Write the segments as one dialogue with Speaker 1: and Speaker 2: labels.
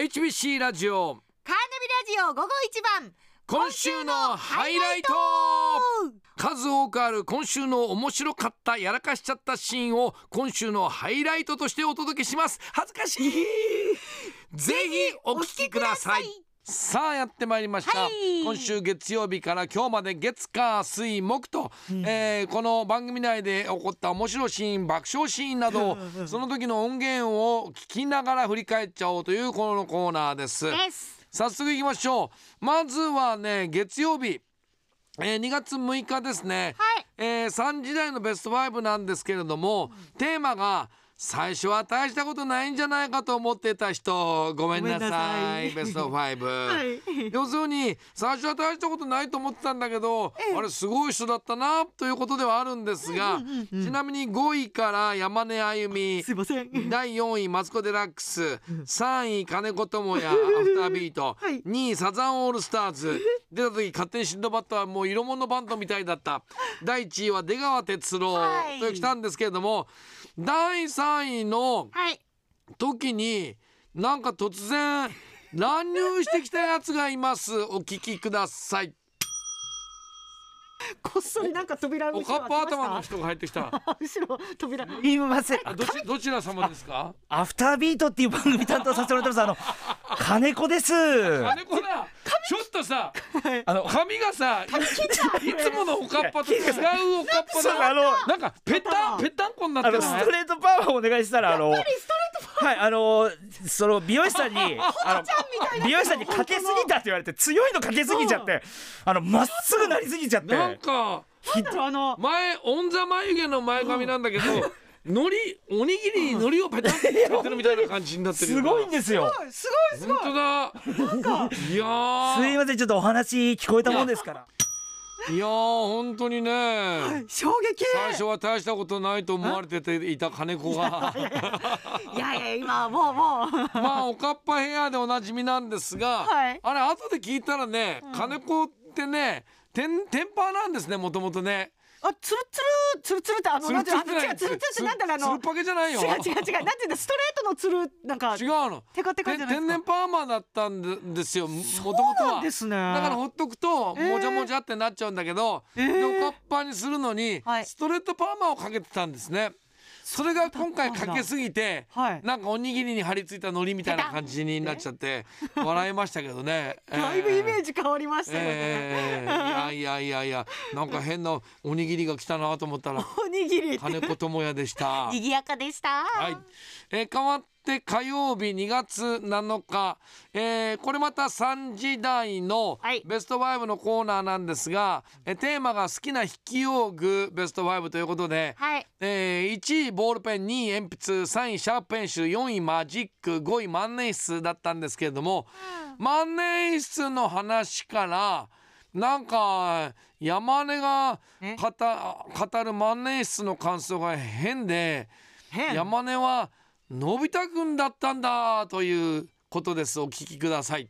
Speaker 1: HBC ラジオ
Speaker 2: カーナビラジオ午後一番
Speaker 1: 今週のハイライト数多くある今週の面白かったやらかしちゃったシーンを今週のハイライトとしてお届けします恥ずか しいぜひお聞きくださいさあやってまいりました、
Speaker 2: はい
Speaker 1: 今週月曜日から今日まで月火水木と、えーこの番組内で起こった面白いシーン爆笑シーンなどをその時の音源を聞きながら振り返っちゃおうというこのコーナーです。
Speaker 2: です
Speaker 1: 早速いきましょうまずはね月曜日、えー2月6日ですね、
Speaker 2: はい
Speaker 1: えー3時台のベスト5なんですけれども、テーマが最初は大したことないんじゃないかと思ってた人ごめんなさい
Speaker 2: ごめんなさ
Speaker 1: ベ
Speaker 2: い
Speaker 1: スト5、
Speaker 2: い
Speaker 1: 要するに最初は大したことないと思ってたんだけど、あれすごい人だったなということではあるんですが、ちなみに5位から山根あゆみ
Speaker 2: すいません
Speaker 1: 第4位マツコ・デラックス3位金子 智也アフタービート、
Speaker 2: はい
Speaker 1: 2位サザンオールスター ズ出た時勝手にシンドバッドはもう色物バンドみたいだった第1位は出川哲朗
Speaker 2: はい
Speaker 1: と来たんですけれども、第3位の
Speaker 2: はい
Speaker 1: 時になんか突然乱入してきたやつがいますお聞きください
Speaker 2: こっそりなんか扉
Speaker 1: お
Speaker 2: 後
Speaker 1: か
Speaker 2: ろ
Speaker 1: っぱ
Speaker 2: 開け
Speaker 1: 頭の
Speaker 2: まし
Speaker 1: 人が入ってきた
Speaker 2: た 後ろ扉
Speaker 3: 言います
Speaker 1: あどちどちら様ですか
Speaker 3: アフタービートっていう番組担当させてもらってますあの金子です
Speaker 1: あれこれちょっとさ
Speaker 3: あの
Speaker 1: 髪がさいいつものおかっぱと違うおかっぱ
Speaker 3: そう
Speaker 1: だ
Speaker 3: あの
Speaker 1: なんかぺったんぺったんこになっ
Speaker 3: あ
Speaker 1: てる
Speaker 3: の
Speaker 1: ね
Speaker 3: ストレートパワーをお願いしたらあのはいあのその美容師さんにあの美容師さんにかけすぎたって言われて強いのかけすぎちゃってあのまっすぐなりすぎちゃって
Speaker 1: なんか
Speaker 2: あの
Speaker 1: 前オンザ眉毛の前髪なんだけどのりおにぎりにのりをぺたんってやってるみたいな感じになってるよ
Speaker 3: すごいんですよ
Speaker 2: すごい
Speaker 1: 本当だいや
Speaker 3: すい
Speaker 1: ー
Speaker 3: ませんちょっとお話聞こえたもんですから
Speaker 1: いやー本当にね
Speaker 2: 衝撃
Speaker 1: 最初は大したことないと思われてていた金子が
Speaker 2: いやいや今もうもう
Speaker 1: まあおかっぱヘアでおなじみなんですが、
Speaker 2: はい
Speaker 1: あれ後で聞いたらね、金子ってねテンテンパーなんですねもともとね。
Speaker 2: あつるつるつるつるってあの
Speaker 1: つる
Speaker 2: なん
Speaker 1: つ
Speaker 2: ていう
Speaker 1: るじ
Speaker 2: のあの
Speaker 1: ゃな
Speaker 2: 違
Speaker 1: いう
Speaker 2: つるつるってなんだろうあ
Speaker 1: つ
Speaker 2: の
Speaker 1: るパケじゃない
Speaker 2: 違う
Speaker 1: よ。
Speaker 2: 違う違うなんていうんだストレートのつるなんか
Speaker 1: 違うの。
Speaker 2: テカテカじ
Speaker 1: て
Speaker 2: ゃないです
Speaker 1: 天
Speaker 2: か
Speaker 1: 然パーマだったんでですよもともと
Speaker 2: そうな
Speaker 1: は
Speaker 2: んですね
Speaker 1: だからほっとくと
Speaker 2: えー
Speaker 1: もじゃもじゃってなっちゃうんだけど、
Speaker 2: えー
Speaker 1: でおかっぱにするのに
Speaker 2: はい
Speaker 1: ストレートパーマをかけてたんですね。それが今回かけすぎて、
Speaker 2: はい
Speaker 1: なんかおにぎりに張り付いた海苔みたいな感じになっちゃって笑いましたけどね。
Speaker 2: だいぶイメージ変わりましたよね、
Speaker 1: えーいやいやいやいやなんか変なおにぎりが来たなと思ったら
Speaker 2: おにぎりって
Speaker 1: 金子智也でした。
Speaker 2: 賑やかでした。
Speaker 1: はい、えー変わって火曜日2月7日、えーこれまた3時台の
Speaker 2: はい
Speaker 1: ベスト5のコーナーなんですが、えーテーマが好きな筆記用具ベスト5ということで、
Speaker 2: はい。
Speaker 1: えー1位ボールペン2位鉛筆3位シャープペンシル4位マジック5位万年筆だったんですけれども、万年筆の話からなんか山根が
Speaker 2: え
Speaker 1: 語語る万年筆の感想が変で
Speaker 2: 変
Speaker 1: 山根はのび太くんだったんだということですお聞きください。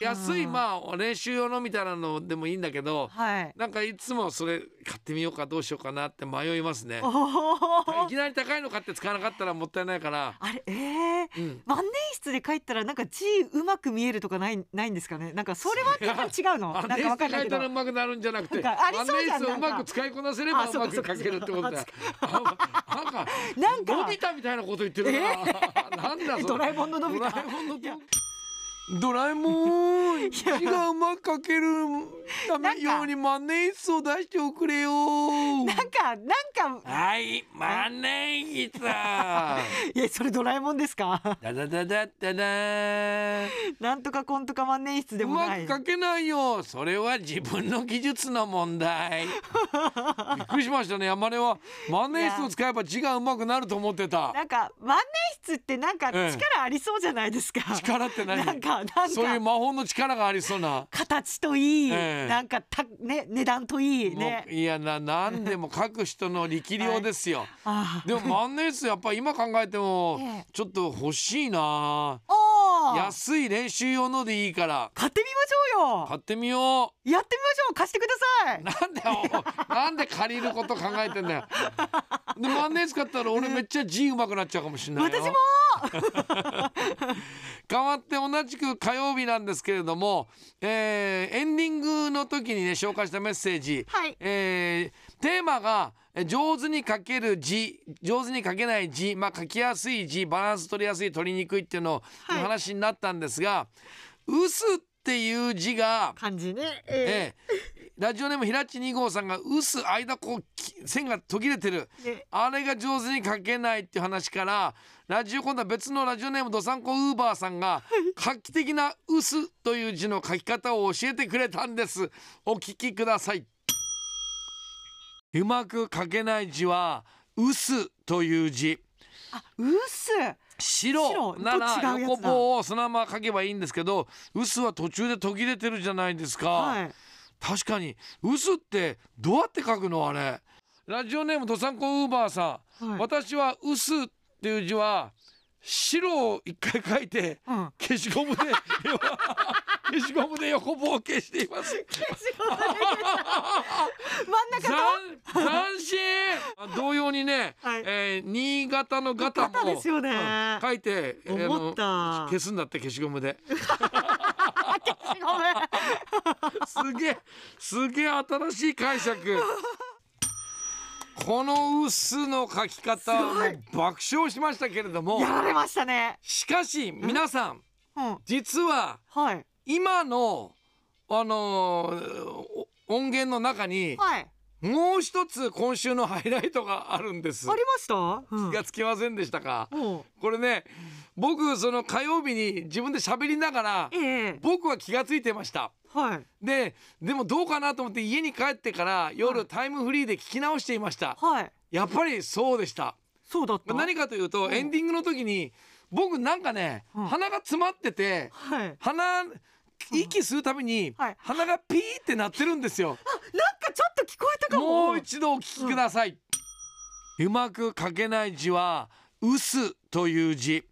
Speaker 1: 安いまあ練習用のみたいなのでもいいんだけど、
Speaker 2: はい。
Speaker 1: なんかいつもそれ買ってみようかどうしようかなって迷いますね
Speaker 2: お。お
Speaker 1: い。きなり高いの買って使わなかったらもったいないから。
Speaker 2: あれ、ええ
Speaker 1: うん。
Speaker 2: 万年筆で書いたらなんか字うまく見えるとかないないんですかね。なんかそれは多分違うの。なん
Speaker 1: 万年
Speaker 2: かわ
Speaker 1: 筆
Speaker 2: かんない
Speaker 1: 書い
Speaker 2: けど
Speaker 1: た。らうまくなるんじゃなくて、
Speaker 2: なんかあり
Speaker 1: 万
Speaker 2: そうじ
Speaker 1: 年
Speaker 2: ゃん
Speaker 1: 筆をうま
Speaker 2: なん
Speaker 1: く
Speaker 2: か
Speaker 1: 使いこなせれば
Speaker 2: あ
Speaker 1: う
Speaker 2: そう
Speaker 1: ま
Speaker 2: か
Speaker 1: く書けるってことだ よ。あなんか
Speaker 2: なんか
Speaker 1: のび太みたいなこと言ってるな。 なんだそれ。
Speaker 2: ドラえもんののび太
Speaker 1: ドラえもんのドラえもん字がうまく書けるた
Speaker 2: なん
Speaker 1: め
Speaker 2: か
Speaker 1: ように万年筆を出しておくれよ。
Speaker 2: なんかなんか
Speaker 1: はい、万 年筆だ。
Speaker 2: いやそれドラえもんですか。
Speaker 1: だだだだだだー
Speaker 2: なんとかこんとか万年筆で
Speaker 1: う
Speaker 2: もな
Speaker 1: ま
Speaker 2: い。
Speaker 1: く書けないよそれは自分の技術の問 題びっくりしましたね山根は万年筆を使えば字がうまくなると思ってた
Speaker 2: なんか万年筆ってなんか
Speaker 1: ええ
Speaker 2: 力ありそうじゃないですか。
Speaker 1: 力って何
Speaker 2: なんかなんか
Speaker 1: そういう魔法の力がありそうな
Speaker 2: 形といい、
Speaker 1: ええ
Speaker 2: なんかたね値段といいね
Speaker 1: も。ういやな何でも書く人の力量ですよ、
Speaker 2: あ
Speaker 1: でも万年筆やっぱ今考えても
Speaker 2: ええ
Speaker 1: ちょっと欲しいな
Speaker 2: あ。おお。
Speaker 1: 安い練習用のでいいから
Speaker 2: 買ってみましょうよ。
Speaker 1: 買ってみよう
Speaker 2: やってみましょう貸してください
Speaker 1: なんでおなんで借りること考えてんだよ。で万年使ったら俺めっちゃ字うまくなっちゃうかもしれないよ。
Speaker 2: 私も
Speaker 1: 変わって同じく火曜日なんですけれども、えーエンディングの時にね紹介したメッセージ、
Speaker 2: はい
Speaker 1: えーテーマがえ上手に書ける字上手に書けない字、まあ、書きやすい字バランス取りやすい取りにくいっていうのを、
Speaker 2: はい
Speaker 1: お話になったんですが「うす」っていう字が、
Speaker 2: 感じね。え
Speaker 1: えーラジオネームひらっち2号さんが「うす」間こうき線が途切れてる。
Speaker 2: ーで
Speaker 1: あれが上手に書けないっていう話からラジオ今度は別のラジオネームどさんこウーバーさんが画期的な「うす」という字の書き方を教えてくれたんですお聞きくださいうまく書けない字は「うす」という字
Speaker 2: あ、うっす。
Speaker 1: 白
Speaker 2: 白
Speaker 1: な
Speaker 2: と違
Speaker 1: ら
Speaker 2: うやつだ
Speaker 1: 横棒をそのまま書けばいいんですけど「うす」は途中で途切れてるじゃないですか。
Speaker 2: はい。
Speaker 1: 確かに「うす」ってどうやって書くのあれラジオネームどさんこウーバーさん、
Speaker 2: はい
Speaker 1: 私は「うす」っていう字は白を一回書いて
Speaker 2: うん。
Speaker 1: 消しゴムで 消しゴムで横棒を消しています
Speaker 2: 真ん中
Speaker 1: 斬
Speaker 2: の。
Speaker 1: 斬新あ同様にね、
Speaker 2: はい
Speaker 1: えー新潟のガタ
Speaker 2: ガタ
Speaker 1: も
Speaker 2: ですよね
Speaker 1: うん書いてあの
Speaker 2: 思った。
Speaker 1: 消すんだって消しゴムで
Speaker 2: ごめん。
Speaker 1: すげえすげえ新しい解釈この「うす」の書き方も爆笑しましたけれども
Speaker 2: やられましたね。
Speaker 1: しかし皆さん
Speaker 2: うん。
Speaker 1: 実は
Speaker 2: はい。
Speaker 1: 今のあのーお音源の中に
Speaker 2: はい。あり
Speaker 1: もう一つ今週のハイライトがあるんです
Speaker 2: ま。した。うん
Speaker 1: 気がつきませんでしたか
Speaker 2: も
Speaker 1: これね僕その火曜日に自分で喋りながら
Speaker 2: う。ええ。
Speaker 1: 僕は気がついてました。
Speaker 2: はい。
Speaker 1: ででもどうかなと思って家に帰ってから
Speaker 2: は
Speaker 1: 夜
Speaker 2: い
Speaker 1: タイムフリーで聞き直していました
Speaker 2: はい。
Speaker 1: やっぱりそうでした
Speaker 2: そうだった。
Speaker 1: 何かというと
Speaker 2: ん
Speaker 1: エンディングの時に僕なんかね
Speaker 2: うん
Speaker 1: 鼻が詰まってて
Speaker 2: はい。なんか
Speaker 1: 鼻息吸うたびに
Speaker 2: はい
Speaker 1: 鼻がピーって鳴ってるんですよ
Speaker 2: ちょっと聞こえたかも。
Speaker 1: もう一度お聞きくださいうんうまく書けない字は「うす」という字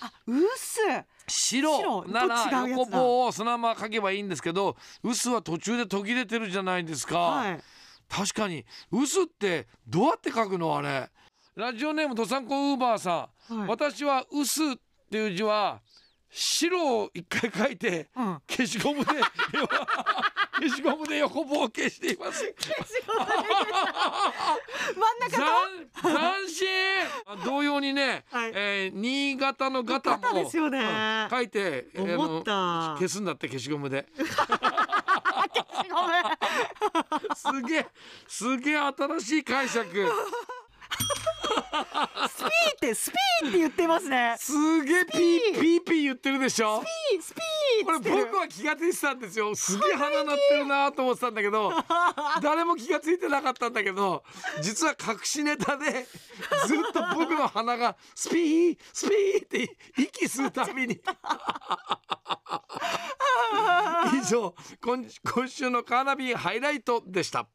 Speaker 2: あ、うっす。
Speaker 1: 白
Speaker 2: 白
Speaker 1: な
Speaker 2: と違
Speaker 1: ら
Speaker 2: うやつだ
Speaker 1: 横棒をそのまま書けばいいんですけど「うす」は途中で途切れてるじゃないですか。
Speaker 2: はい。
Speaker 1: 確かに「うす」ってどうやって書くのあれラジオネームどさんこウーバーさん、
Speaker 2: はい
Speaker 1: 私は「うす」っていう字は白を一回書いて
Speaker 2: うん。
Speaker 1: 消しゴムで消しゴムで横棒を消しています
Speaker 2: 真ん中
Speaker 1: 斬
Speaker 2: の。
Speaker 1: 斬新あ同様にね、
Speaker 2: はい
Speaker 1: えー新潟のガタも
Speaker 2: ガタですよね
Speaker 1: うん書いてあの
Speaker 2: 思った
Speaker 1: 消すんだって消しゴムで
Speaker 2: ごめん。
Speaker 1: すげえすげえ新しい解 釈
Speaker 2: スピーって、スピーって言ってますね。
Speaker 1: すげえピーピーピー言ってるでしょ
Speaker 2: ピー、スピー
Speaker 1: これ
Speaker 2: って言って
Speaker 1: 僕
Speaker 2: る。
Speaker 1: は気が付いてたんですよすげえ鼻鳴ってるなと思ってたんだけど誰も気が付いてなかったんだけど実は隠しネタでずっと僕の鼻がスピースピーって息吸うたびに以上今今週のカーナビハイライトでした